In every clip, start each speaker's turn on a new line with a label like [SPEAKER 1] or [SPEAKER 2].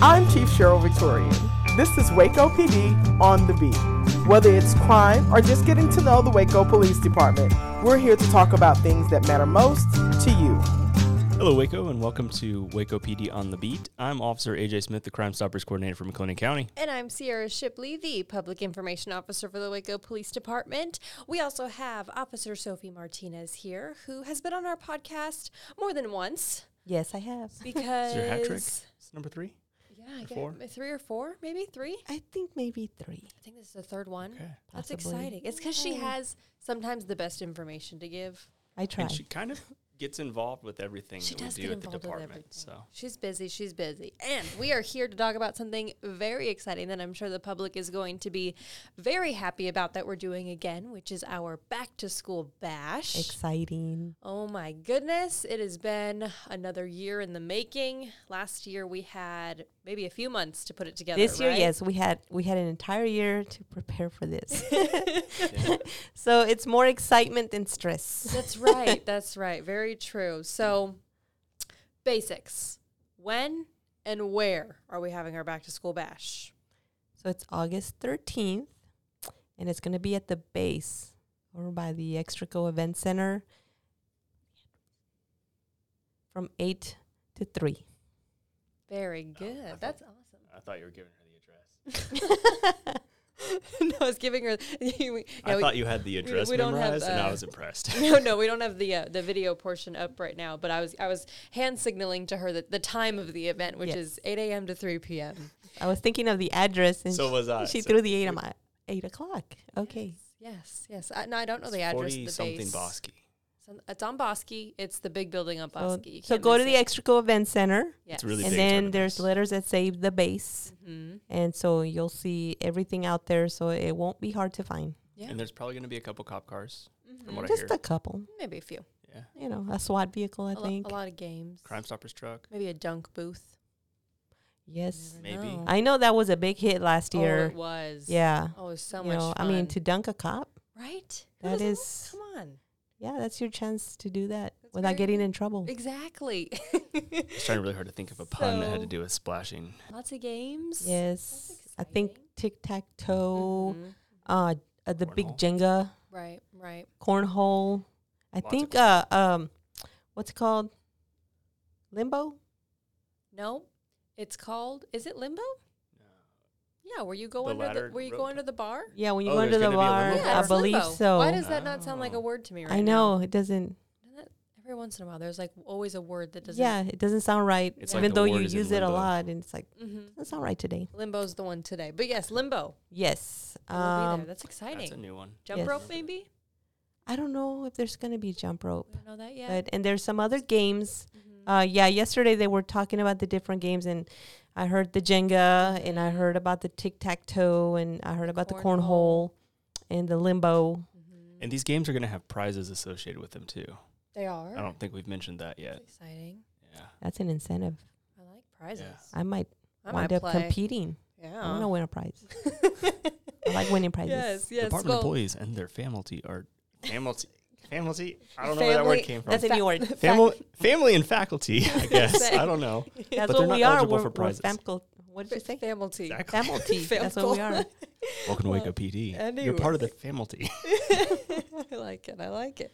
[SPEAKER 1] I'm Chief Cheryl Victorian. This is Waco PD on the beat. Whether it's crime or just getting to know the Waco Police Department, we're here to talk about things that matter most to you.
[SPEAKER 2] Hello, Waco, and welcome to Waco PD on the Beat. I'm Officer AJ Smith, the Crime Stoppers Coordinator for McLennan County.
[SPEAKER 3] And I'm Sierra Shipley, the Public Information Officer for the Waco Police Department. We also have Officer Sophie Martinez here, who has been on our podcast more than once
[SPEAKER 4] Yes, I have.
[SPEAKER 3] because.
[SPEAKER 2] Is your hat trick? It's number three.
[SPEAKER 3] Yeah, I get
[SPEAKER 2] Four?
[SPEAKER 3] three or four, maybe three.
[SPEAKER 4] I think maybe three.
[SPEAKER 3] I think this is the third one.
[SPEAKER 2] Okay.
[SPEAKER 3] That's
[SPEAKER 4] Possibly.
[SPEAKER 3] exciting. It's because she
[SPEAKER 4] Yeah.
[SPEAKER 3] has sometimes the best information to give.
[SPEAKER 4] I try.
[SPEAKER 2] And she kind of gets involved with everything
[SPEAKER 3] She
[SPEAKER 2] that we
[SPEAKER 3] does
[SPEAKER 2] do
[SPEAKER 3] get
[SPEAKER 2] at the
[SPEAKER 3] involved with
[SPEAKER 2] department.
[SPEAKER 3] everything.
[SPEAKER 2] so
[SPEAKER 3] She's busy. She's busy. And we are here to talk about something very exciting that I'm sure the public is going to be very happy about that we're doing again, which is our back to school bash.
[SPEAKER 4] Exciting.
[SPEAKER 3] Oh my goodness. It has been another year in the making. Last year we had maybe a few months to put it together.
[SPEAKER 4] This year,
[SPEAKER 3] right?
[SPEAKER 4] yes, we had we had an entire year to prepare for this. so it's more excitement than stress.
[SPEAKER 3] That's right. That's right. Very true. So, basics. When and where are we having our back to school bash?
[SPEAKER 4] So it's August thirteenth, and it's going to be at the base over by the Extraco Event Center from eight to three.
[SPEAKER 3] Very
[SPEAKER 4] Oh,
[SPEAKER 3] good. That's awesome.
[SPEAKER 2] I thought you were giving her the address.
[SPEAKER 3] no, I was giving her. yeah, we-
[SPEAKER 2] I thought you had the address
[SPEAKER 3] we don't have,
[SPEAKER 2] memorized, and I
[SPEAKER 3] uh,
[SPEAKER 2] was impressed.
[SPEAKER 3] no, no, we don't have the uh, the video portion up right now. But I was I was hand signaling to her that the time of the event, which
[SPEAKER 4] Yes.
[SPEAKER 3] is eight a.m. to three p.m.
[SPEAKER 4] I was thinking of the address, and
[SPEAKER 2] So
[SPEAKER 4] she,
[SPEAKER 2] was I.
[SPEAKER 4] She
[SPEAKER 2] So
[SPEAKER 4] threw the eight on my eight o'clock. Okay,
[SPEAKER 3] Yes, yes. I, no, I don't know the address.
[SPEAKER 2] Forty
[SPEAKER 3] the
[SPEAKER 2] something
[SPEAKER 3] base.
[SPEAKER 2] Bosky.
[SPEAKER 3] Some- It's on Bosky. It's the big building on
[SPEAKER 4] so,
[SPEAKER 3] Bosky. You
[SPEAKER 4] so
[SPEAKER 3] can't
[SPEAKER 4] go to the
[SPEAKER 3] miss it.
[SPEAKER 4] Extraco Event Center.
[SPEAKER 2] It's
[SPEAKER 3] Yes.
[SPEAKER 2] really
[SPEAKER 4] and
[SPEAKER 2] big
[SPEAKER 4] then
[SPEAKER 2] tournament.
[SPEAKER 4] there's letters that say the base
[SPEAKER 3] Mhm.
[SPEAKER 4] and so you'll see everything out there so it won't be hard to find
[SPEAKER 3] Yeah.
[SPEAKER 2] And there's probably going to be a couple cop cars, from
[SPEAKER 3] Mhm.
[SPEAKER 2] what I
[SPEAKER 4] just
[SPEAKER 2] hear.
[SPEAKER 4] a couple
[SPEAKER 3] Maybe a few.
[SPEAKER 2] yeah,
[SPEAKER 4] you know a swat vehicle i
[SPEAKER 3] A, lo-
[SPEAKER 4] think
[SPEAKER 3] a lot of games.
[SPEAKER 2] Crime Stoppers truck.
[SPEAKER 3] Maybe a dunk booth.
[SPEAKER 4] yes
[SPEAKER 3] Never
[SPEAKER 2] Maybe.
[SPEAKER 3] know.
[SPEAKER 4] i know that was a big hit last
[SPEAKER 3] Oh,
[SPEAKER 4] year
[SPEAKER 3] it was.
[SPEAKER 4] yeah
[SPEAKER 3] Oh, it was so
[SPEAKER 4] you
[SPEAKER 3] much
[SPEAKER 4] know,
[SPEAKER 3] fun.
[SPEAKER 4] i mean to dunk a cop
[SPEAKER 3] right? Who
[SPEAKER 4] that
[SPEAKER 3] doesn't-
[SPEAKER 4] is
[SPEAKER 3] Come on.
[SPEAKER 4] yeah that's your chance to do that
[SPEAKER 3] That's
[SPEAKER 4] without
[SPEAKER 3] very
[SPEAKER 4] getting
[SPEAKER 3] good.
[SPEAKER 4] in trouble
[SPEAKER 3] Exactly.
[SPEAKER 2] I was trying really hard to think of a pun that had to
[SPEAKER 3] So-
[SPEAKER 2] do with splashing.
[SPEAKER 3] Lots of games.
[SPEAKER 4] yes i think
[SPEAKER 3] exciting.
[SPEAKER 4] tic-tac-toe
[SPEAKER 3] Mhm.
[SPEAKER 4] uh, uh the big jenga
[SPEAKER 3] Right, right.
[SPEAKER 4] cornhole i
[SPEAKER 2] Lots of
[SPEAKER 4] think uh um what's it called limbo
[SPEAKER 3] No, it's called. Is it limbo? Yeah, where you go
[SPEAKER 2] The
[SPEAKER 3] under the
[SPEAKER 2] laddered
[SPEAKER 3] where you go
[SPEAKER 2] rope.
[SPEAKER 3] under the bar.
[SPEAKER 4] Yeah, when you
[SPEAKER 2] Oh,
[SPEAKER 4] go
[SPEAKER 2] there's
[SPEAKER 4] into
[SPEAKER 2] gonna be
[SPEAKER 4] the
[SPEAKER 2] a
[SPEAKER 4] bar,
[SPEAKER 2] limbo
[SPEAKER 3] Yeah,
[SPEAKER 4] I
[SPEAKER 3] it's
[SPEAKER 4] believe
[SPEAKER 3] limbo.
[SPEAKER 4] so.
[SPEAKER 3] Why does that not sound like a
[SPEAKER 2] Oh.
[SPEAKER 3] word to me right
[SPEAKER 4] I
[SPEAKER 3] now?
[SPEAKER 4] know it doesn't.
[SPEAKER 3] Doesn't that- Every once in a while, there's like always a word that doesn't.
[SPEAKER 4] Yeah, it doesn't sound right,
[SPEAKER 2] It's like
[SPEAKER 4] even
[SPEAKER 2] the
[SPEAKER 4] though
[SPEAKER 2] word
[SPEAKER 4] you
[SPEAKER 2] is in
[SPEAKER 4] use it a
[SPEAKER 2] limbo.
[SPEAKER 4] lot, and it's like
[SPEAKER 3] Mm-hmm.
[SPEAKER 4] doesn't sound right today.
[SPEAKER 3] Limbo's the one today, but yes, limbo.
[SPEAKER 4] Yes,
[SPEAKER 3] It will be
[SPEAKER 4] um,
[SPEAKER 3] there. That's exciting.
[SPEAKER 2] That's a new one.
[SPEAKER 3] Jump
[SPEAKER 4] Yes.
[SPEAKER 3] rope, maybe.
[SPEAKER 4] I don't know if there's gonna be jump rope,
[SPEAKER 3] We don't know that yet.
[SPEAKER 4] but and there's some other games.
[SPEAKER 3] Mhm.
[SPEAKER 4] Uh, yeah, yesterday they were talking about the different games, and I heard the Jenga, and I heard about the tic tac toe, and I heard about the
[SPEAKER 3] cornhole.
[SPEAKER 4] cornhole, and the limbo.
[SPEAKER 3] Mhm.
[SPEAKER 2] And these games are going to have prizes associated with them too.
[SPEAKER 3] They are.
[SPEAKER 2] I don't think we've mentioned that yet.
[SPEAKER 3] That's exciting.
[SPEAKER 2] Yeah.
[SPEAKER 4] That's an incentive.
[SPEAKER 3] I like prizes.
[SPEAKER 4] I might
[SPEAKER 3] I might
[SPEAKER 4] wind up
[SPEAKER 3] play.
[SPEAKER 4] competing.
[SPEAKER 3] Yeah.
[SPEAKER 4] I'm gonna win a prize. I like winning prizes.
[SPEAKER 3] yes, yes.
[SPEAKER 2] Department
[SPEAKER 3] well,
[SPEAKER 2] employees and their family are family. family. I don't know where that word
[SPEAKER 3] Family-
[SPEAKER 2] came from.
[SPEAKER 4] That's a new word.
[SPEAKER 2] family, family and faculty. I guess
[SPEAKER 3] Say.
[SPEAKER 2] I don't know. But
[SPEAKER 4] That's
[SPEAKER 2] they're
[SPEAKER 4] what we
[SPEAKER 2] not
[SPEAKER 4] are.
[SPEAKER 2] eligible
[SPEAKER 4] We're,
[SPEAKER 2] for prizes.
[SPEAKER 4] we're famco- What did you say?
[SPEAKER 3] Family.
[SPEAKER 2] Exactly.
[SPEAKER 4] Faculty. That's what we are.
[SPEAKER 2] Welcome to Wake Up PD. You're part of the family.
[SPEAKER 3] I like it. I like it.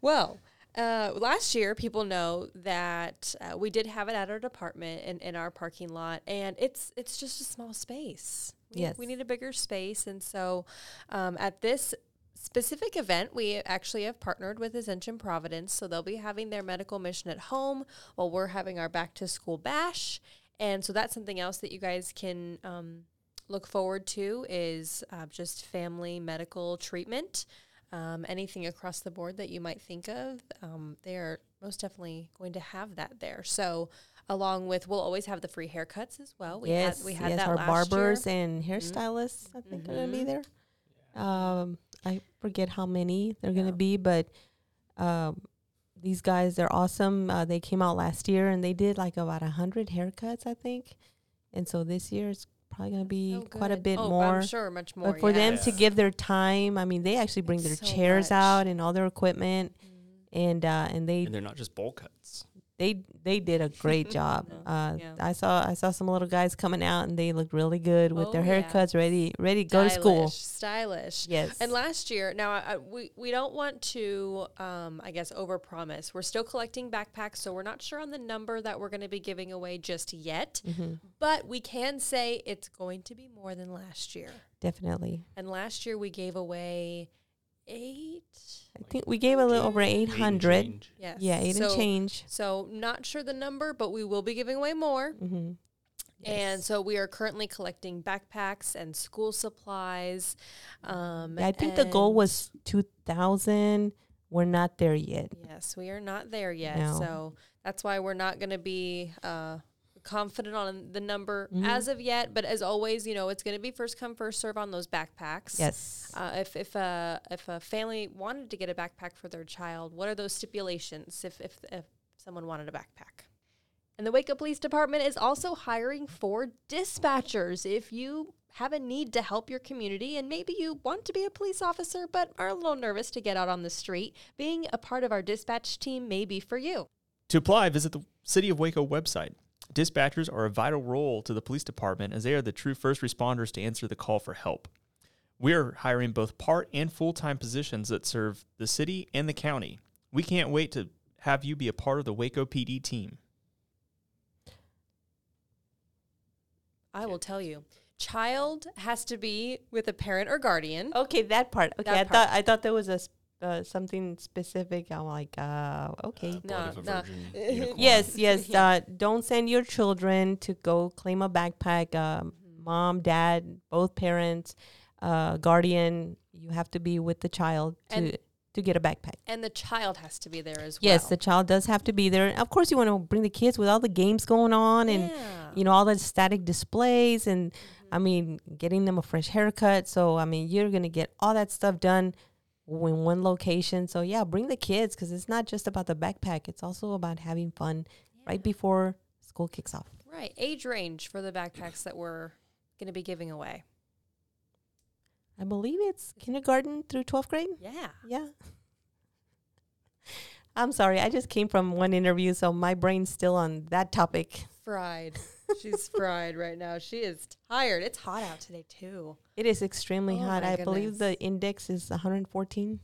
[SPEAKER 3] Well, uh, last year, people know that uh, we did have it at our department in, in our parking lot, and it's it's just a small space. We,
[SPEAKER 4] Yes.
[SPEAKER 3] we need a bigger space, and so um, at this specific event, we actually have partnered with Ascension Providence, so they'll be having their medical mission at home while we're having our back to school bash, and so that's something else that you guys can. Um, look forward to is uh, just family medical treatment. Um, anything across the board that you might think of, um, they are most definitely going to have that there. So, along with, we'll always have the free haircuts as well. We
[SPEAKER 4] yes,
[SPEAKER 3] had we had
[SPEAKER 4] yes.
[SPEAKER 3] that
[SPEAKER 4] our
[SPEAKER 3] last
[SPEAKER 4] barbers
[SPEAKER 3] year. Mm-hmm.
[SPEAKER 4] and hairstylists, I think, are going to be
[SPEAKER 3] Mhm.
[SPEAKER 4] there. Um, I forget how many they're going to be, but um, these guys, they're awesome. Uh, they came out last year and they did like about a 100 haircuts, I think. And so this year it's probably going to be
[SPEAKER 3] So
[SPEAKER 4] quite a
[SPEAKER 3] good.
[SPEAKER 4] bit
[SPEAKER 3] Oh,
[SPEAKER 4] more.
[SPEAKER 3] I'm sure, much more.
[SPEAKER 4] But for them to
[SPEAKER 2] yes.
[SPEAKER 4] give their time, I mean, they actually bring
[SPEAKER 3] It's
[SPEAKER 4] their
[SPEAKER 3] so
[SPEAKER 4] chairs
[SPEAKER 3] much. Mm-hmm.
[SPEAKER 4] out and all their equipment, and uh, and they
[SPEAKER 2] And they're not just bowl cuts.
[SPEAKER 4] they they did a great job.
[SPEAKER 3] No,
[SPEAKER 4] Uh,
[SPEAKER 3] yeah.
[SPEAKER 4] I saw I saw some little guys coming out and they looked really good with their
[SPEAKER 3] Oh, yeah.
[SPEAKER 4] haircuts, ready ready to go to school.
[SPEAKER 3] Stylish.
[SPEAKER 4] Yes,
[SPEAKER 3] And last year, now I, I- we we don't want to, um, I guess, overpromise. We're still collecting backpacks, so we're not sure on the number that we're going to be giving away just yet.
[SPEAKER 4] Mm-hmm.
[SPEAKER 3] But we can say it's going to be more than last year.
[SPEAKER 4] definitely.
[SPEAKER 3] And last year we gave away eight.
[SPEAKER 4] I think we gave a little over eight hundred.
[SPEAKER 3] Yes.
[SPEAKER 4] Yeah, eight
[SPEAKER 3] so,
[SPEAKER 4] and change.
[SPEAKER 3] So not sure the number, but we will be giving away more.
[SPEAKER 4] Mm-hmm.
[SPEAKER 3] And so we are currently collecting backpacks and school supplies. Um,
[SPEAKER 4] Yeah, I think the goal
[SPEAKER 3] and-
[SPEAKER 4] was two thousand. We're not there yet.
[SPEAKER 3] Yes, we are not there yet.
[SPEAKER 4] No.
[SPEAKER 3] So that's why we're not going to be uh, confident on the number as of yet. But as always, you know, it's going to be first come, first serve on those backpacks.
[SPEAKER 4] Yes.
[SPEAKER 3] Uh, if if a if a family wanted to get a backpack for their child, what are those stipulations? If if if someone wanted a backpack, and the Waco Police Department is also hiring for dispatchers. If you have a need to help your community, and maybe you want to be a police officer but are a little nervous to get out on the street, being a part of our dispatch team may be for you.
[SPEAKER 2] To apply, visit the City of Waco website. Dispatchers are a vital role to the police department as they are the true first responders to answer the call for help. We are hiring both part and full time positions that serve the city and the county. We can't wait to have you be a part of the Waco PD team.
[SPEAKER 3] I will tell you, child has to be with a parent or guardian.
[SPEAKER 2] Oh,
[SPEAKER 4] Okay, that part. Okay,
[SPEAKER 3] That
[SPEAKER 4] I
[SPEAKER 3] part.
[SPEAKER 4] thought I thought there was a s- uh, something specific. I'm like, uh, okay.
[SPEAKER 3] No,
[SPEAKER 2] Part of a
[SPEAKER 3] no.
[SPEAKER 2] virgin unicorn.
[SPEAKER 4] Yes, yes. Uh, don't send your children to go claim a backpack. Um,
[SPEAKER 3] Mm-hmm.
[SPEAKER 4] Mom, dad, both parents, uh, guardian. You have to be with the child to
[SPEAKER 3] And-
[SPEAKER 4] to get a backpack.
[SPEAKER 3] And the child has to be there as well.
[SPEAKER 4] Yes, the child does have to be there. Of course, you want to bring the kids with all the games going on and
[SPEAKER 3] Yeah. Mm-hmm.
[SPEAKER 4] you know all the static displays and I mean getting them a fresh haircut. So I mean you're gonna get all that stuff done in one location. So yeah, bring the kids because it's not just about the backpack. It's also about having fun right before school kicks off.
[SPEAKER 3] Right. Age range for the backpacks that we're going to be giving away.
[SPEAKER 4] I believe it's kindergarten through twelfth grade.
[SPEAKER 3] Yeah.
[SPEAKER 4] Yeah. I'm sorry, I just came from one interview, so my brain's still on that topic.
[SPEAKER 3] Fried. She's fried right now. She is tired. It's hot out today, too.
[SPEAKER 4] It is extremely
[SPEAKER 3] Oh
[SPEAKER 4] hot.
[SPEAKER 3] my
[SPEAKER 4] I believe the index is 114.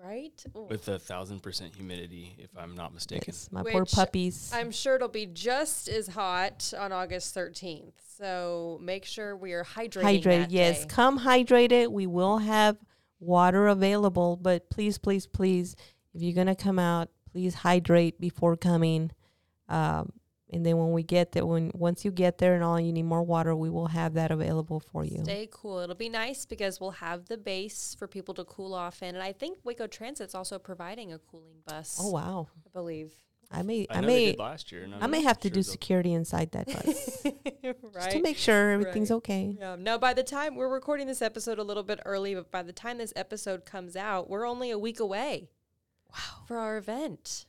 [SPEAKER 3] Right? Ooh.
[SPEAKER 2] With a thousand percent humidity, if I'm not mistaken.
[SPEAKER 4] Yes, my poor
[SPEAKER 3] Which
[SPEAKER 4] puppies.
[SPEAKER 3] I'm sure it'll be just as hot on August 13th. So make sure we are hydrating.
[SPEAKER 4] hydrated.
[SPEAKER 3] that
[SPEAKER 4] Yes,
[SPEAKER 3] day.
[SPEAKER 4] come hydrated. We will have water available, but please, please, please, if you're gonna come out, please hydrate before coming. Um, and then when we get there, when once you get there and all, you need more water, we will have that available for you.
[SPEAKER 3] Stay cool. It'll be nice because we'll have the base for people to cool off in. And I think Waco Transit's also providing a cooling bus.
[SPEAKER 4] Oh wow,
[SPEAKER 3] I believe.
[SPEAKER 4] I may, I,
[SPEAKER 2] I know they
[SPEAKER 4] may,
[SPEAKER 2] did last year. and I'm
[SPEAKER 4] I may
[SPEAKER 2] not
[SPEAKER 4] have to
[SPEAKER 2] sure
[SPEAKER 4] do
[SPEAKER 2] they'll-
[SPEAKER 4] security inside that bus just to
[SPEAKER 3] right.
[SPEAKER 4] make sure everything's
[SPEAKER 3] Right.
[SPEAKER 4] okay.
[SPEAKER 3] Yeah. Now, by the time we're recording this episode a little bit early, but by the time this episode comes out, we're only a week away. Wow. For our event.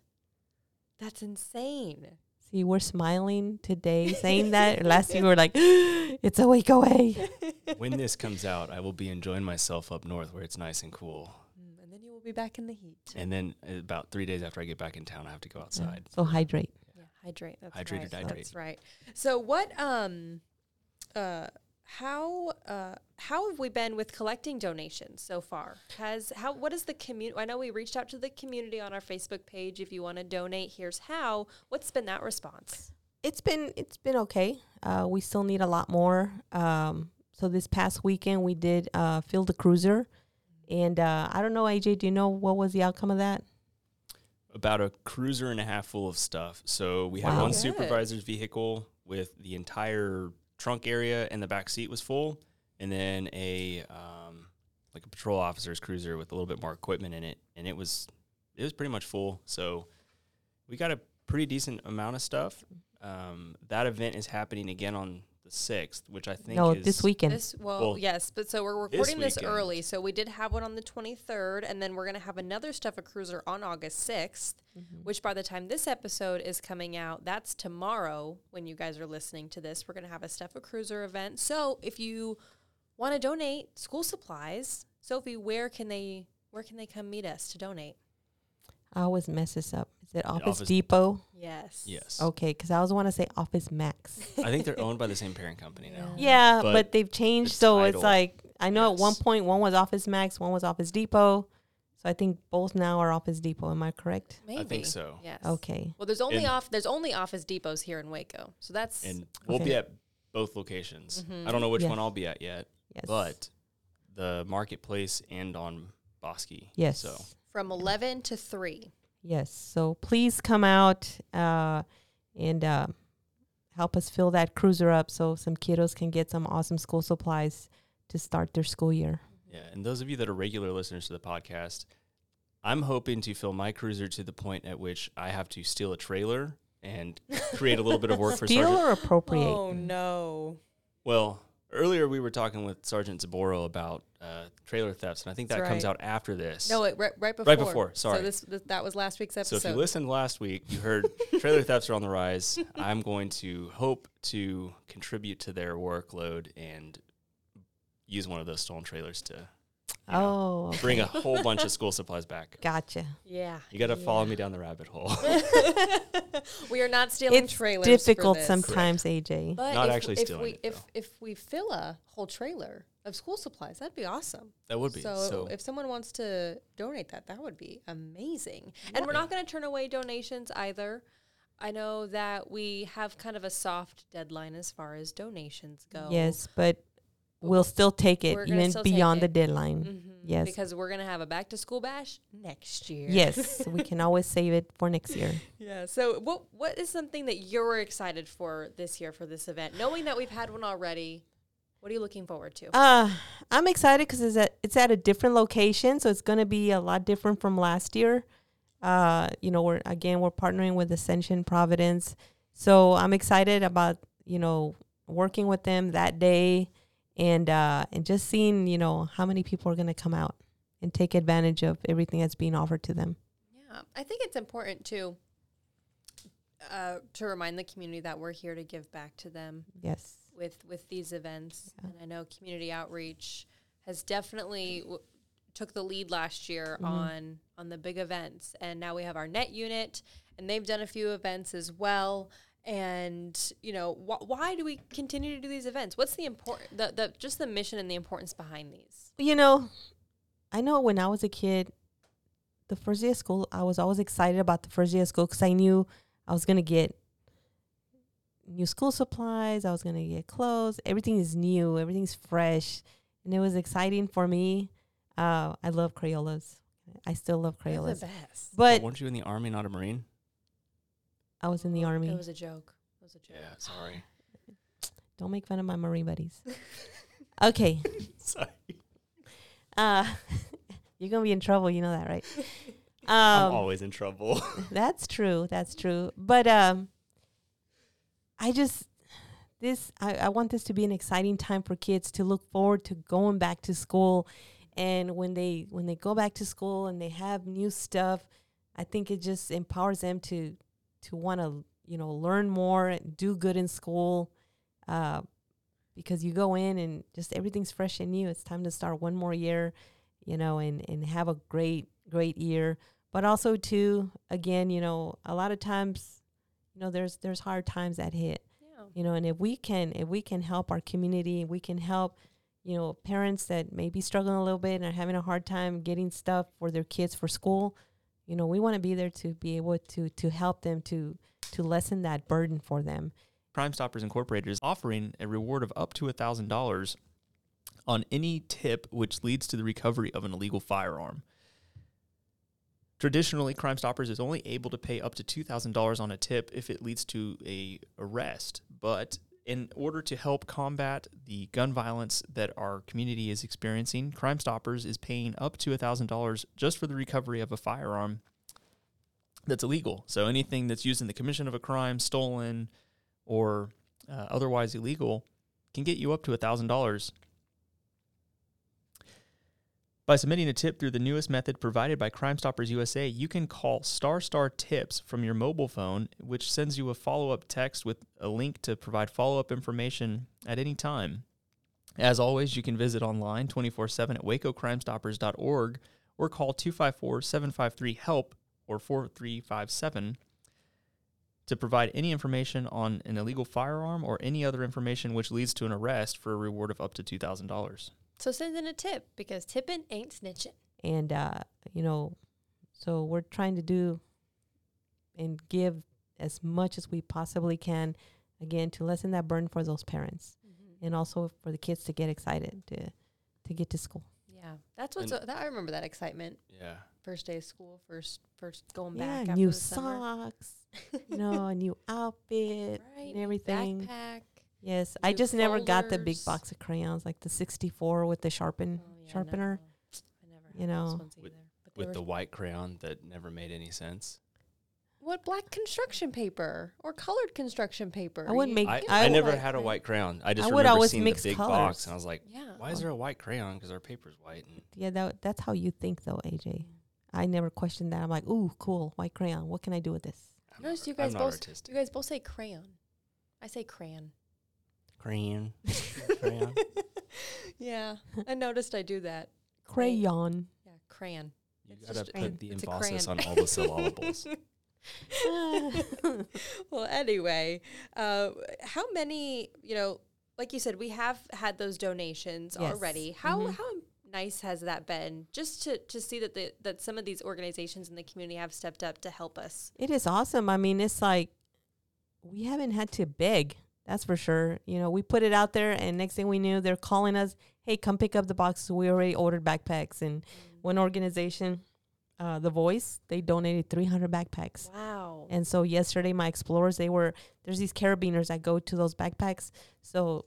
[SPEAKER 3] That's insane.
[SPEAKER 4] See, we're smiling today saying that. Last year we were like, it's a week away.
[SPEAKER 2] when this comes out, I will be enjoying myself up north where it's nice and cool.
[SPEAKER 3] Mm, And then you will be back in the heat.
[SPEAKER 2] And then about three days after I get back in town, I have to
[SPEAKER 4] Mm.
[SPEAKER 2] go outside.
[SPEAKER 4] So hydrate.
[SPEAKER 3] Yeah. Hydrate. That's
[SPEAKER 2] Hydrate or
[SPEAKER 3] right.
[SPEAKER 2] dihydrate.
[SPEAKER 3] That's right. So, what, um, uh, how uh, how have we been with collecting donations so far? Has how what is the community? I know we reached out to the community on our Facebook page. If you want to donate, here's how. What's been that response?
[SPEAKER 4] it's been it's been okay. Uh, we still need a lot more. Um, so this past weekend we did uh, fill the cruiser, and uh, I don't know, AJ. Do you know what was the outcome of that?
[SPEAKER 2] About a cruiser and a half full of stuff. So we had
[SPEAKER 4] Wow.
[SPEAKER 2] one
[SPEAKER 3] Good.
[SPEAKER 2] supervisor's vehicle with the entire trunk area and the back seat was full, and then a um, like a patrol officer's cruiser with a little bit more equipment in it, and it was it was pretty much full. So we got a pretty decent amount of stuff. Um, that event is happening again on the sixth, which I think
[SPEAKER 4] No,
[SPEAKER 2] is
[SPEAKER 4] this weekend.
[SPEAKER 3] This well,
[SPEAKER 2] Well,
[SPEAKER 3] yes, but so we're
[SPEAKER 2] this
[SPEAKER 3] recording this,
[SPEAKER 2] weekend.
[SPEAKER 3] early. So we did have one on the 23rd, and then we're gonna have another stuff a cruiser on August 6th, which by the time this episode is coming out, that's tomorrow. When you guys are listening to this, we're gonna have a stuff a cruiser event. So if you want to donate school supplies, Sophie, where can they where can they come meet us to donate?
[SPEAKER 4] I always mess this up. Is it Office,
[SPEAKER 2] Office-
[SPEAKER 4] Depot?
[SPEAKER 3] Yes.
[SPEAKER 2] Yes.
[SPEAKER 4] Okay, because I always want to say Office Max.
[SPEAKER 2] I think they're owned by the same parent company now.
[SPEAKER 4] yeah,
[SPEAKER 2] But
[SPEAKER 4] but, they've changed,
[SPEAKER 2] the
[SPEAKER 4] so it's
[SPEAKER 2] title,
[SPEAKER 4] like I know at one
[SPEAKER 2] yes.
[SPEAKER 4] point one was Office Max, one was Office Depot. So I think both now are Office Depot. Am I correct?
[SPEAKER 3] Maybe.
[SPEAKER 2] so.
[SPEAKER 3] Yes.
[SPEAKER 4] Okay.
[SPEAKER 3] Well, there's only
[SPEAKER 2] And-
[SPEAKER 3] off there's only office depots here in Waco, so that's
[SPEAKER 2] And we'll be
[SPEAKER 4] Okay. Mm-hmm.
[SPEAKER 2] at both locations. I don't know which
[SPEAKER 4] Yeah.
[SPEAKER 2] one I'll be at yet,
[SPEAKER 4] Yes.
[SPEAKER 2] but the marketplace and on Bosky.
[SPEAKER 4] yes.
[SPEAKER 2] So
[SPEAKER 3] from eleven to three.
[SPEAKER 4] Yes. So please come out uh, and uh, help us fill that cruiser up so some kiddos can get some awesome school supplies to start their school year.
[SPEAKER 2] yeah, and those of you that are regular listeners to the podcast, I'm hoping to fill my cruiser to the point at which I have to steal a trailer and create a little bit of work for
[SPEAKER 4] Steal
[SPEAKER 2] Sergeant.
[SPEAKER 4] or appropriate?
[SPEAKER 3] Oh, no.
[SPEAKER 2] Well, earlier we were talking with Sergeant Zaboro about uh, trailer thefts, and I think that
[SPEAKER 3] That's
[SPEAKER 2] comes
[SPEAKER 3] right.
[SPEAKER 2] out after this.
[SPEAKER 3] No, it, right, right before.
[SPEAKER 2] Right before, sorry.
[SPEAKER 3] So this, th- that was last week's
[SPEAKER 2] So
[SPEAKER 3] episode.
[SPEAKER 2] if you listened last week, you heard trailer thefts are on the rise. I'm going to hope to contribute to their workload and use one of those stolen trailers to you know,
[SPEAKER 4] oh, okay.
[SPEAKER 2] bring a whole bunch of school supplies back.
[SPEAKER 4] gotcha.
[SPEAKER 3] yeah.
[SPEAKER 2] You got to follow me down the rabbit hole.
[SPEAKER 3] we are not stealing
[SPEAKER 4] It's
[SPEAKER 3] trailers. for
[SPEAKER 4] difficult
[SPEAKER 3] this.
[SPEAKER 4] sometimes, AJ.
[SPEAKER 3] But
[SPEAKER 2] Not
[SPEAKER 3] if,
[SPEAKER 2] actually
[SPEAKER 3] if
[SPEAKER 2] stealing
[SPEAKER 3] we,
[SPEAKER 2] it,
[SPEAKER 3] if
[SPEAKER 2] though.
[SPEAKER 3] if we fill a whole trailer of school supplies, that'd be awesome.
[SPEAKER 2] that would be so.
[SPEAKER 3] So, if someone wants to donate that, that would be amazing. And we're not going to turn away donations either. I know that we have kind of a soft deadline as far as donations go.
[SPEAKER 4] Yes, but we'll still take it
[SPEAKER 3] We're gonna
[SPEAKER 4] even
[SPEAKER 3] still take
[SPEAKER 4] beyond the
[SPEAKER 3] it. Mm-hmm.
[SPEAKER 4] deadline. Yes.
[SPEAKER 3] Because we're going to have a back to school bash next year.
[SPEAKER 4] Yes, we can always save it for next year.
[SPEAKER 3] Yeah. So what what is something that you're excited for this year for this event? Knowing that we've had one already, what are you looking forward to?
[SPEAKER 4] Uh, I'm excited because it's at, it's at a different location, so it's going to be a lot different from last year. Uh, you know, we're again we're partnering with Ascension Providence, so I'm excited about you know working with them that day, and uh, and just seeing you know how many people are going to come out and take advantage of everything that's being offered to them.
[SPEAKER 3] Yeah, I think it's important to uh, to remind the community that we're here to give back to them
[SPEAKER 4] Yes,
[SPEAKER 3] with with these events. And I know community outreach has definitely w- took the lead last year
[SPEAKER 4] Mm-hmm.
[SPEAKER 3] on on the big events, and now we have our net unit, and they've done a few events as well. And you know, wh- why do we continue to do these events? What's the important the, the just the mission and the importance behind these?
[SPEAKER 4] you know, I know when I was a kid, the first day of school, I was always excited about the first day of school because I knew I was gonna get new school supplies. I was gonna get clothes. Everything is new. Everything's fresh, and it was exciting for me. Uh, I love Crayolas. I still love
[SPEAKER 3] They're
[SPEAKER 4] Crayolas,
[SPEAKER 3] the best.
[SPEAKER 4] but
[SPEAKER 2] weren't you in the army, not a marine?
[SPEAKER 4] I was in the
[SPEAKER 3] It
[SPEAKER 4] army.
[SPEAKER 3] was a joke. It was a
[SPEAKER 2] Yeah,
[SPEAKER 3] joke.
[SPEAKER 2] sorry,
[SPEAKER 4] Don't make fun of my marine buddies. okay,
[SPEAKER 2] sorry.
[SPEAKER 4] uh, you're gonna be in trouble. You know that, right? Um,
[SPEAKER 2] I'm always in trouble.
[SPEAKER 4] That's true. That's true. But um, I just this I, I want this to be an exciting time for kids to look forward to going back to school, and when they when they go back to school and they have new stuff, I think it just empowers them to to want to you know learn more, and do good in school, uh, because you go in and just everything's fresh and new. It's time to start one more year, you know, and and have a great great year but also too again you know a lot of times you know there's there's hard times that hit
[SPEAKER 3] Yeah.
[SPEAKER 4] you know and if we can if we can help our community we can help you know parents that may be struggling a little bit and are having a hard time getting stuff for their kids for school you know we want to be there to be able to to help them to to lessen that burden for them
[SPEAKER 5] Crime Stoppers Incorporated is offering a reward of up to $1,000 on any tip which leads to the recovery of an illegal firearm. Traditionally, Crime Stoppers is only able to pay up to $2,000 on a tip if it leads to a arrest, but in order to help combat the gun violence that our community is experiencing, Crime Stoppers is paying up to $1,000 just for the recovery of a firearm that's illegal. So anything that's used in the commission of a crime, stolen, or uh, otherwise illegal can get you up to $1,000. By submitting a tip through the newest method provided by Crime Stoppers USA, you can call Star Star Tips from your mobile phone, which sends you a follow up text with a link to provide follow up information at any time. As always, you can visit online 24 7 at wacocrimestoppers.org or call 254 753 HELP or 4357 to provide any information on an illegal firearm or any other information which leads to an arrest for a reward of up to $2,000.
[SPEAKER 3] So send in a tip because tipping ain't snitching.
[SPEAKER 4] and uh, you know, so we're trying to do and give as much as we possibly can, again, to lessen that burden for those parents,
[SPEAKER 3] Mm-hmm.
[SPEAKER 4] and also for the kids to get excited to to get to school.
[SPEAKER 3] Yeah, that's what's.
[SPEAKER 2] And-
[SPEAKER 3] that, I remember that excitement.
[SPEAKER 2] Yeah.
[SPEAKER 3] First day of school, first first going
[SPEAKER 4] yeah,
[SPEAKER 3] back.
[SPEAKER 4] new
[SPEAKER 3] after the summer.
[SPEAKER 4] socks, you know, a new outfit
[SPEAKER 3] Right,
[SPEAKER 4] and
[SPEAKER 3] new
[SPEAKER 4] everything.
[SPEAKER 3] Backpack.
[SPEAKER 4] Yes, I
[SPEAKER 3] new
[SPEAKER 4] just never got the big
[SPEAKER 3] folders.
[SPEAKER 4] box of crayons like the sixty-four with the sharpen
[SPEAKER 3] Oh, yeah,
[SPEAKER 4] sharpener.
[SPEAKER 3] no. I never
[SPEAKER 4] you
[SPEAKER 3] had those
[SPEAKER 4] know.
[SPEAKER 3] ones
[SPEAKER 2] With-
[SPEAKER 3] either. But they
[SPEAKER 2] With
[SPEAKER 3] were-
[SPEAKER 2] the white crayon that never made any sense.
[SPEAKER 3] what black construction paper or colored construction paper?
[SPEAKER 4] I wouldn't
[SPEAKER 3] You
[SPEAKER 4] make-
[SPEAKER 2] I,
[SPEAKER 3] get
[SPEAKER 4] I
[SPEAKER 2] I,
[SPEAKER 4] would-
[SPEAKER 2] never
[SPEAKER 3] like
[SPEAKER 2] had a
[SPEAKER 3] that.
[SPEAKER 2] white crayon. I just
[SPEAKER 4] would
[SPEAKER 2] remember
[SPEAKER 4] always
[SPEAKER 2] seeing
[SPEAKER 4] mix
[SPEAKER 2] the big
[SPEAKER 4] colors.
[SPEAKER 2] box and I was like,
[SPEAKER 3] Yeah.
[SPEAKER 2] why is there a white crayon? Because our paper's white. And
[SPEAKER 4] Yeah, that that's how you think though, AJ. I never questioned that. I'm like, ooh, cool, white crayon. What can I do with this?
[SPEAKER 2] I'm
[SPEAKER 3] Notice
[SPEAKER 2] not,
[SPEAKER 3] you
[SPEAKER 2] ar-
[SPEAKER 3] guys
[SPEAKER 2] I'm not
[SPEAKER 3] both
[SPEAKER 2] artistic.
[SPEAKER 3] you guys both say crayon. I say crayon.
[SPEAKER 2] Crayon. Crayon.
[SPEAKER 3] Yeah, I noticed I do that.
[SPEAKER 4] Crayon.
[SPEAKER 3] Yeah, crayon.
[SPEAKER 2] You
[SPEAKER 3] It's
[SPEAKER 2] gotta
[SPEAKER 3] just a-
[SPEAKER 2] put the
[SPEAKER 3] it's a
[SPEAKER 2] emphasis
[SPEAKER 3] crayon.
[SPEAKER 2] on all the syllables.
[SPEAKER 3] well, anyway, uh, how many? You know, like you said, we have had those donations
[SPEAKER 4] Yes.
[SPEAKER 3] already. How
[SPEAKER 4] Mhm.
[SPEAKER 3] how nice has that been? Just to to see that the, that some of these organizations in the community have stepped up to help us.
[SPEAKER 4] It is awesome. I mean, it's like we haven't had to beg. That's for sure. You know, we put it out there, and next thing we knew, they're calling us, "Hey, come pick up the boxes. We already ordered backpacks." And one organization, uh, The Voice, they donated 300 backpacks.
[SPEAKER 3] Wow.
[SPEAKER 4] And so yesterday, my explorers, they were there's these carabiners that go to those backpacks. So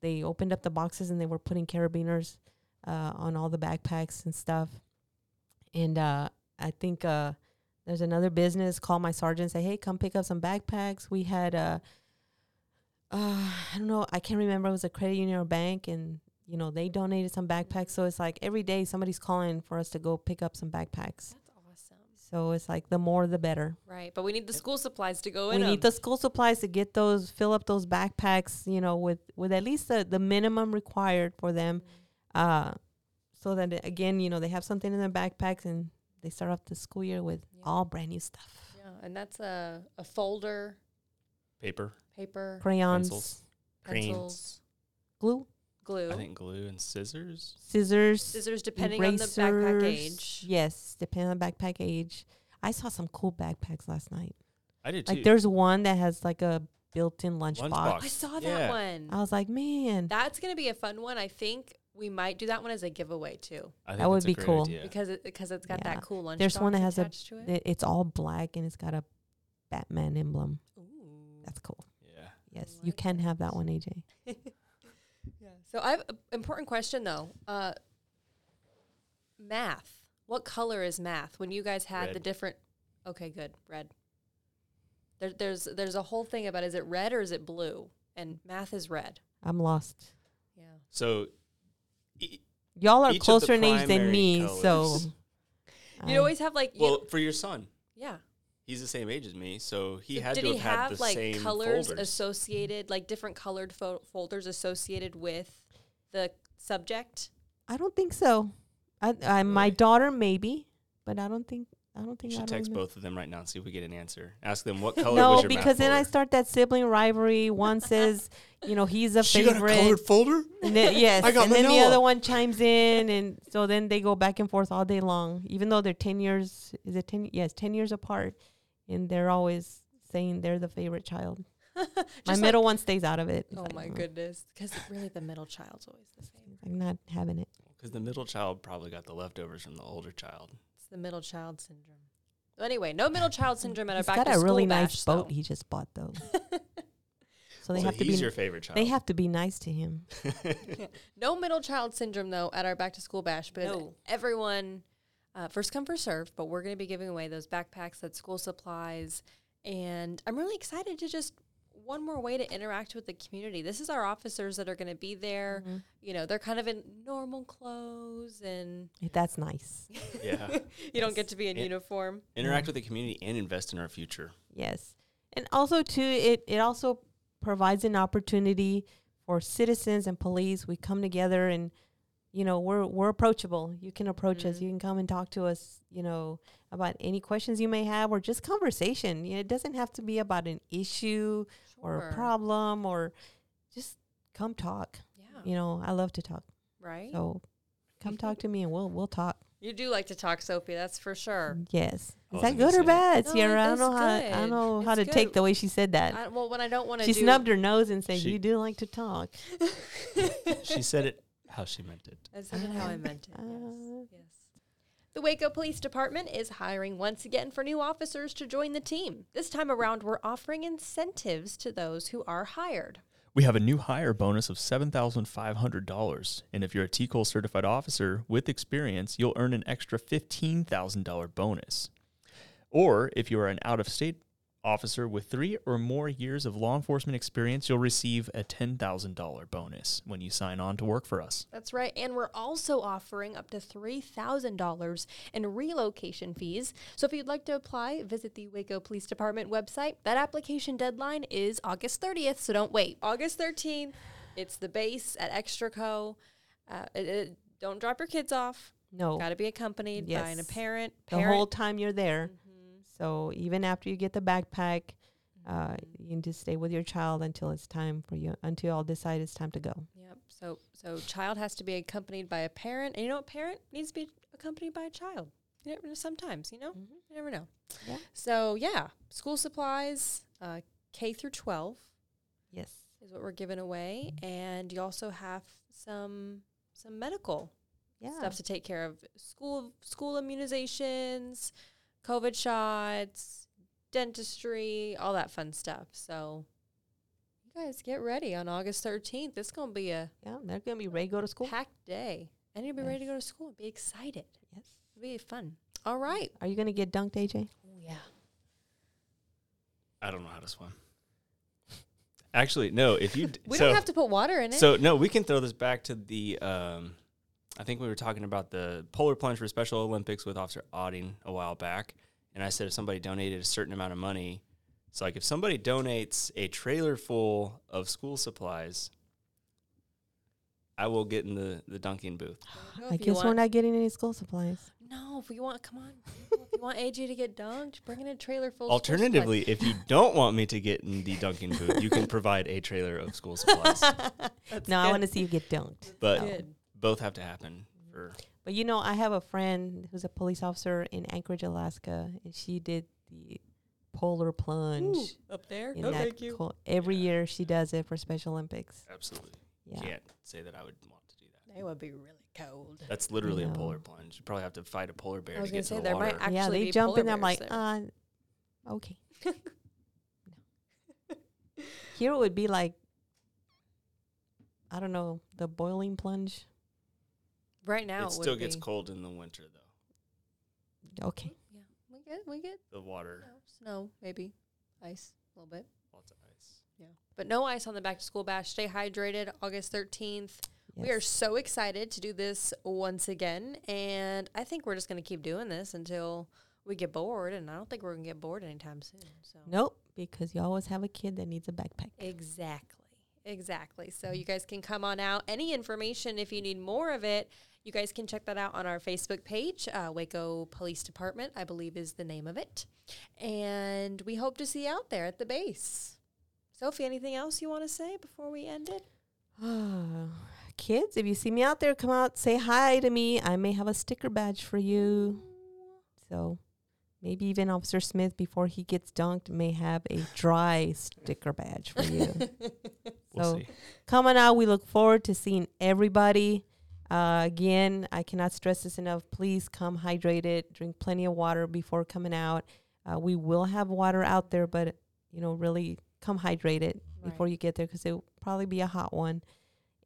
[SPEAKER 4] they opened up the boxes and they were putting carabiners uh, on all the backpacks and stuff. And uh, I think uh, there's another business call my sergeant say, hey, come pick up some backpacks. We had uh, uh, I don't know, I can't remember. It was a credit union or bank, and you know they donated some backpacks. So it's like every day somebody's calling for us to go pick up some backpacks.
[SPEAKER 3] That's awesome.
[SPEAKER 4] So it's like the more the better
[SPEAKER 3] Right, but we need the school supplies to go
[SPEAKER 4] we
[SPEAKER 3] in.
[SPEAKER 4] need
[SPEAKER 3] 'em.
[SPEAKER 4] the school supplies to get those fill up those backpacks you know with with at least the, the minimum required for them uh so that uh, again you know they have something in their backpacks and they start off the school year with
[SPEAKER 3] Yeah.
[SPEAKER 4] all brand new stuff
[SPEAKER 3] Yeah, and that's a, a folder,
[SPEAKER 2] Paper.
[SPEAKER 3] paper,
[SPEAKER 4] crayons
[SPEAKER 2] Pencils. Crayons.
[SPEAKER 3] pencils,
[SPEAKER 4] glue
[SPEAKER 3] glue,
[SPEAKER 2] I think glue and scissors.
[SPEAKER 4] scissors
[SPEAKER 3] scissors, depending on the backpack
[SPEAKER 4] erasers.
[SPEAKER 3] age.
[SPEAKER 4] yes depending on the backpack age i saw some cool backpacks last night
[SPEAKER 2] I did
[SPEAKER 4] like
[SPEAKER 2] too.
[SPEAKER 4] there's one that has like a built-in lunchbox,
[SPEAKER 2] Lunchbox.
[SPEAKER 3] I saw that
[SPEAKER 2] Yeah.
[SPEAKER 3] one.
[SPEAKER 4] i was like man
[SPEAKER 3] That's gonna be a fun one. I think we might do that one as a giveaway too,
[SPEAKER 2] I think
[SPEAKER 4] that would
[SPEAKER 2] that's a
[SPEAKER 4] be
[SPEAKER 2] great
[SPEAKER 4] cool.
[SPEAKER 2] idea.
[SPEAKER 3] because it, because it's got
[SPEAKER 4] Yeah.
[SPEAKER 3] that cool lunch.
[SPEAKER 4] There's one that has a-
[SPEAKER 3] attached to it.
[SPEAKER 4] it- it's all black and it's got a batman emblem
[SPEAKER 3] Ooh.
[SPEAKER 4] that's cool
[SPEAKER 2] Yeah.
[SPEAKER 4] Yes,
[SPEAKER 3] like
[SPEAKER 4] you can have that
[SPEAKER 3] that.
[SPEAKER 4] one, AJ.
[SPEAKER 3] yeah. So I have an important question though. Uh, math. What color is math? When you guys had the
[SPEAKER 2] Red.
[SPEAKER 3] different. Okay, good. Red. There, there's there's a whole thing about is it red or is it blue? And math is red.
[SPEAKER 4] I'm lost.
[SPEAKER 3] Yeah.
[SPEAKER 2] So e-
[SPEAKER 4] Y'all are
[SPEAKER 2] Each of the
[SPEAKER 4] closer in age than
[SPEAKER 2] primary
[SPEAKER 4] me, so
[SPEAKER 2] colors.
[SPEAKER 3] You always have like you-
[SPEAKER 2] well, for your son,
[SPEAKER 3] yeah.
[SPEAKER 2] he's the same age as me, so he
[SPEAKER 3] So
[SPEAKER 2] had
[SPEAKER 3] did
[SPEAKER 2] to
[SPEAKER 3] he
[SPEAKER 2] have had
[SPEAKER 3] have
[SPEAKER 2] the
[SPEAKER 3] like
[SPEAKER 2] same
[SPEAKER 3] colors
[SPEAKER 2] folders.
[SPEAKER 3] associated, like different colored fo- folders associated with the subject?
[SPEAKER 4] I don't think so. I, I my
[SPEAKER 2] Really?
[SPEAKER 4] daughter maybe, but I don't think I don't
[SPEAKER 2] you
[SPEAKER 4] think I
[SPEAKER 2] should
[SPEAKER 4] don't
[SPEAKER 2] text
[SPEAKER 4] remem-
[SPEAKER 2] both of them right now and see if we get an answer. Ask them what color
[SPEAKER 4] no,
[SPEAKER 2] was your math
[SPEAKER 4] because then I
[SPEAKER 2] folder?
[SPEAKER 4] start that sibling rivalry. One says, you know, he's a
[SPEAKER 2] She got a
[SPEAKER 4] favorite.
[SPEAKER 2] colored folder.
[SPEAKER 4] and then, yes,
[SPEAKER 2] I got
[SPEAKER 4] and then the
[SPEAKER 2] manila.
[SPEAKER 4] other one chimes in, and so then they go back and forth all day long. Even though they're ten years, is it ten? Yes, ten years apart, and they're always saying they're the favorite child. My
[SPEAKER 3] Just like-
[SPEAKER 4] middle one stays out of it. It's
[SPEAKER 3] Oh
[SPEAKER 4] like,
[SPEAKER 3] my
[SPEAKER 4] mm,
[SPEAKER 3] goodness! Because really, the middle child's always the same.
[SPEAKER 4] I'm not having it.
[SPEAKER 2] Because the middle child probably got the leftovers from the older child.
[SPEAKER 3] It's the middle child syndrome. So anyway, no middle child syndrome at our
[SPEAKER 4] He's
[SPEAKER 3] back
[SPEAKER 4] got
[SPEAKER 3] to
[SPEAKER 4] a
[SPEAKER 3] school
[SPEAKER 4] really
[SPEAKER 3] bash,
[SPEAKER 4] nice boat
[SPEAKER 3] though.
[SPEAKER 4] he just bought though. so they
[SPEAKER 2] so
[SPEAKER 4] have to be
[SPEAKER 2] he's your favorite child.
[SPEAKER 4] they have to be nice to him.
[SPEAKER 3] No middle child syndrome though at our back to school bash because
[SPEAKER 4] No.
[SPEAKER 3] everyone uh, first come first served. But we're going to be giving away those backpacks, that school supplies, and I'm really excited to just one more way to interact with the community. This is our officers that are going to be there.
[SPEAKER 4] Mm-hmm.
[SPEAKER 3] You know, they're kind of in normal clothes, and
[SPEAKER 4] That's nice.
[SPEAKER 2] yeah.
[SPEAKER 3] you don't get to be in
[SPEAKER 2] It-
[SPEAKER 3] uniform.
[SPEAKER 2] Interact with the community and invest in our future.
[SPEAKER 4] Yes. And also too it it also provides an opportunity for citizens and police we come together and you know we're we're approachable you can approach us
[SPEAKER 3] Mm-hmm.
[SPEAKER 4] you can come and talk to us you know about any questions you may have or just conversation you know, it doesn't have to be about an issue or a
[SPEAKER 3] Sure.
[SPEAKER 4] problem or just come talk
[SPEAKER 3] Yeah.
[SPEAKER 4] you know i love to talk
[SPEAKER 3] Right.
[SPEAKER 4] so come talk to me and we'll we'll talk
[SPEAKER 3] You do like to talk, Sophie. That's for sure.
[SPEAKER 4] yes
[SPEAKER 2] I
[SPEAKER 4] is
[SPEAKER 2] was
[SPEAKER 4] that
[SPEAKER 2] gonna
[SPEAKER 4] good or
[SPEAKER 2] say-
[SPEAKER 4] bad
[SPEAKER 3] No,
[SPEAKER 4] sierra i don't
[SPEAKER 3] that's
[SPEAKER 4] know how i
[SPEAKER 3] good.
[SPEAKER 4] don't know how
[SPEAKER 3] It's
[SPEAKER 4] to
[SPEAKER 3] good.
[SPEAKER 4] take the way she said that
[SPEAKER 3] I, well, when I don't want to,
[SPEAKER 4] she
[SPEAKER 3] do,
[SPEAKER 4] snubbed her nose and said
[SPEAKER 2] She-
[SPEAKER 4] you do like to talk
[SPEAKER 2] she said it how she meant it.
[SPEAKER 3] That's not how I
[SPEAKER 4] Um,
[SPEAKER 3] meant it.
[SPEAKER 4] uh,
[SPEAKER 3] Yes. yes. The Waco Police Department is hiring once again for new officers to join the team. This time around, we're offering incentives to those who are hired.
[SPEAKER 5] We have a new hire bonus of $7,500. And if you're a TCOL certified officer with experience, you'll earn an extra $15,000 bonus. Or if you are an out of state officer with three or more years of law enforcement experience, you'll receive a $10,000 bonus when you sign on to work for us.
[SPEAKER 3] That's right. And we're also offering up to $3,000 in relocation fees. So if you'd like to apply, visit the Waco Police Department website. That application deadline is August 30th, so don't wait. August 13th, it's the base at ExtraCo. Uh, it- it- don't drop your kids off.
[SPEAKER 4] no
[SPEAKER 3] Got to be accompanied by an, a
[SPEAKER 4] Yes.
[SPEAKER 3] parent.
[SPEAKER 4] the
[SPEAKER 3] parent.
[SPEAKER 4] whole time you're there.
[SPEAKER 3] Mm-hmm.
[SPEAKER 4] So even after you get the backpack, uh, you need to stay with your child until it's time for you until y'all decide it's time to go.
[SPEAKER 3] Yep. So so child has to be accompanied by a parent, and you know what? Parent needs to be accompanied by a child. You never know. Sometimes you know, you never know.
[SPEAKER 4] Yeah.
[SPEAKER 3] So yeah, school supplies, uh, K through twelve
[SPEAKER 4] Yes.
[SPEAKER 3] is what we're giving away, and you also have some some medical
[SPEAKER 4] Yeah.
[SPEAKER 3] stuff to take care of school school immunizations, COVID shots, dentistry, all that fun stuff. So. You guys get ready on August 13th. It's going to be a
[SPEAKER 4] Yeah. They're gonna be ready to go to school.
[SPEAKER 3] packed day. And you'll be ready to
[SPEAKER 4] Yes.
[SPEAKER 3] go to school and be excited.
[SPEAKER 4] Yes.
[SPEAKER 3] It'll be fun. All right.
[SPEAKER 4] Are you gonna get dunked, AJ?
[SPEAKER 3] yeah.
[SPEAKER 2] I don't know how to swim. Actually, no. If you d-
[SPEAKER 3] We
[SPEAKER 2] so,
[SPEAKER 3] don't have to put water in it.
[SPEAKER 2] So no, we can throw this back to the. Um, I think we were talking about the polar plunge for Special Olympics with Officer Auding a while back, and I said if somebody donated a certain amount of money, it's like if somebody donates a trailer full of school supplies, I will get in the the dunking booth.
[SPEAKER 3] There you go,
[SPEAKER 4] I
[SPEAKER 3] if you
[SPEAKER 4] guess we're
[SPEAKER 3] want-
[SPEAKER 4] not getting any school supplies.
[SPEAKER 3] No, if you want, come on. people, if you want AJ to get dunked, bring in a trailer full. of school supplies.
[SPEAKER 2] Alternatively, if you don't want me to get in the dunking booth, you can provide a trailer of school supplies.
[SPEAKER 4] no, I
[SPEAKER 3] good.
[SPEAKER 4] want to see you get dunked.
[SPEAKER 2] But
[SPEAKER 3] Good.
[SPEAKER 2] both have to happen. For
[SPEAKER 4] But you know, I have a friend who's a police officer in Anchorage, Alaska, and she did the polar plunge.
[SPEAKER 3] up there. Oh,
[SPEAKER 4] in
[SPEAKER 2] no
[SPEAKER 4] that
[SPEAKER 2] thank you.
[SPEAKER 4] cold- every year she does it for Special Olympics.
[SPEAKER 2] absolutely
[SPEAKER 4] Yeah.
[SPEAKER 2] can't say that I would want to do that.
[SPEAKER 3] They would be really cold.
[SPEAKER 2] That's literally
[SPEAKER 4] know.
[SPEAKER 2] a polar plunge. You probably have to fight a polar bear
[SPEAKER 3] I was
[SPEAKER 2] to
[SPEAKER 3] gonna
[SPEAKER 2] get to
[SPEAKER 3] say
[SPEAKER 2] the
[SPEAKER 3] there
[SPEAKER 2] water.
[SPEAKER 3] might actually
[SPEAKER 4] yeah, they
[SPEAKER 3] be
[SPEAKER 4] jump
[SPEAKER 3] polar
[SPEAKER 4] in. I'm
[SPEAKER 3] bears
[SPEAKER 4] like,
[SPEAKER 3] there.
[SPEAKER 4] uh, okay. Here it would be like, I don't know, the boiling plunge.
[SPEAKER 3] right now.
[SPEAKER 2] it still gets
[SPEAKER 3] cold.
[SPEAKER 2] cold in the winter, though.
[SPEAKER 4] Okay.
[SPEAKER 3] Yeah, we get we get
[SPEAKER 2] The water,
[SPEAKER 3] snow, snow, maybe ice a little bit.
[SPEAKER 2] lots of ice.
[SPEAKER 3] Yeah, but no ice on the back to school bash. Stay hydrated. August 13th. We are
[SPEAKER 4] yes.
[SPEAKER 3] so excited to do this once again, and I think we're just going to keep doing this until we get bored. And I don't think we're going to get bored anytime soon. So
[SPEAKER 4] Nope, because you always have a kid that needs a backpack.
[SPEAKER 3] exactly, exactly. So you guys can come on out. Any information if you need more of it, you guys can check that out on our Facebook page, uh, Waco Police Department, I believe is the name of it. And we hope to see you out there at the base. Sophie, anything else you want to say before we end it?
[SPEAKER 4] Kids, if you see me out there, come out, say hi to me. I may have a sticker badge for you. So maybe even Officer Smith, before he gets dunked, may have a dry sticker badge for you.
[SPEAKER 2] We'll
[SPEAKER 4] So-
[SPEAKER 2] see.
[SPEAKER 4] coming out. We look forward to seeing everybody. Uh, again, I cannot stress this enough. Please come hydrated, drink plenty of water before coming out. Uh, we will have water out there, but you know, really come hydrated before you get there because it will probably be a hot one.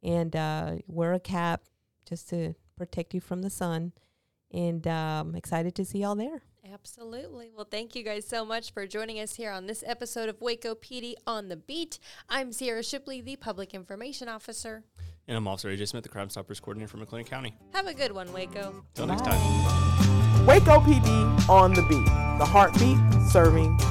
[SPEAKER 4] And uh, wear a cap just to protect you from the sun. And um, excited to see y'all there.
[SPEAKER 3] Absolutely. Well, thank you guys so much for joining us here on this episode of Waco PD on the Beat. I'm Sierra Shipley, the Public Information Officer.
[SPEAKER 2] And I'm Officer AJ Smith, the Crime Stoppers Coordinator for McLean County.
[SPEAKER 3] Have a good one, Waco.
[SPEAKER 2] Till next time.
[SPEAKER 1] Waco PD on the beat, the heartbeat serving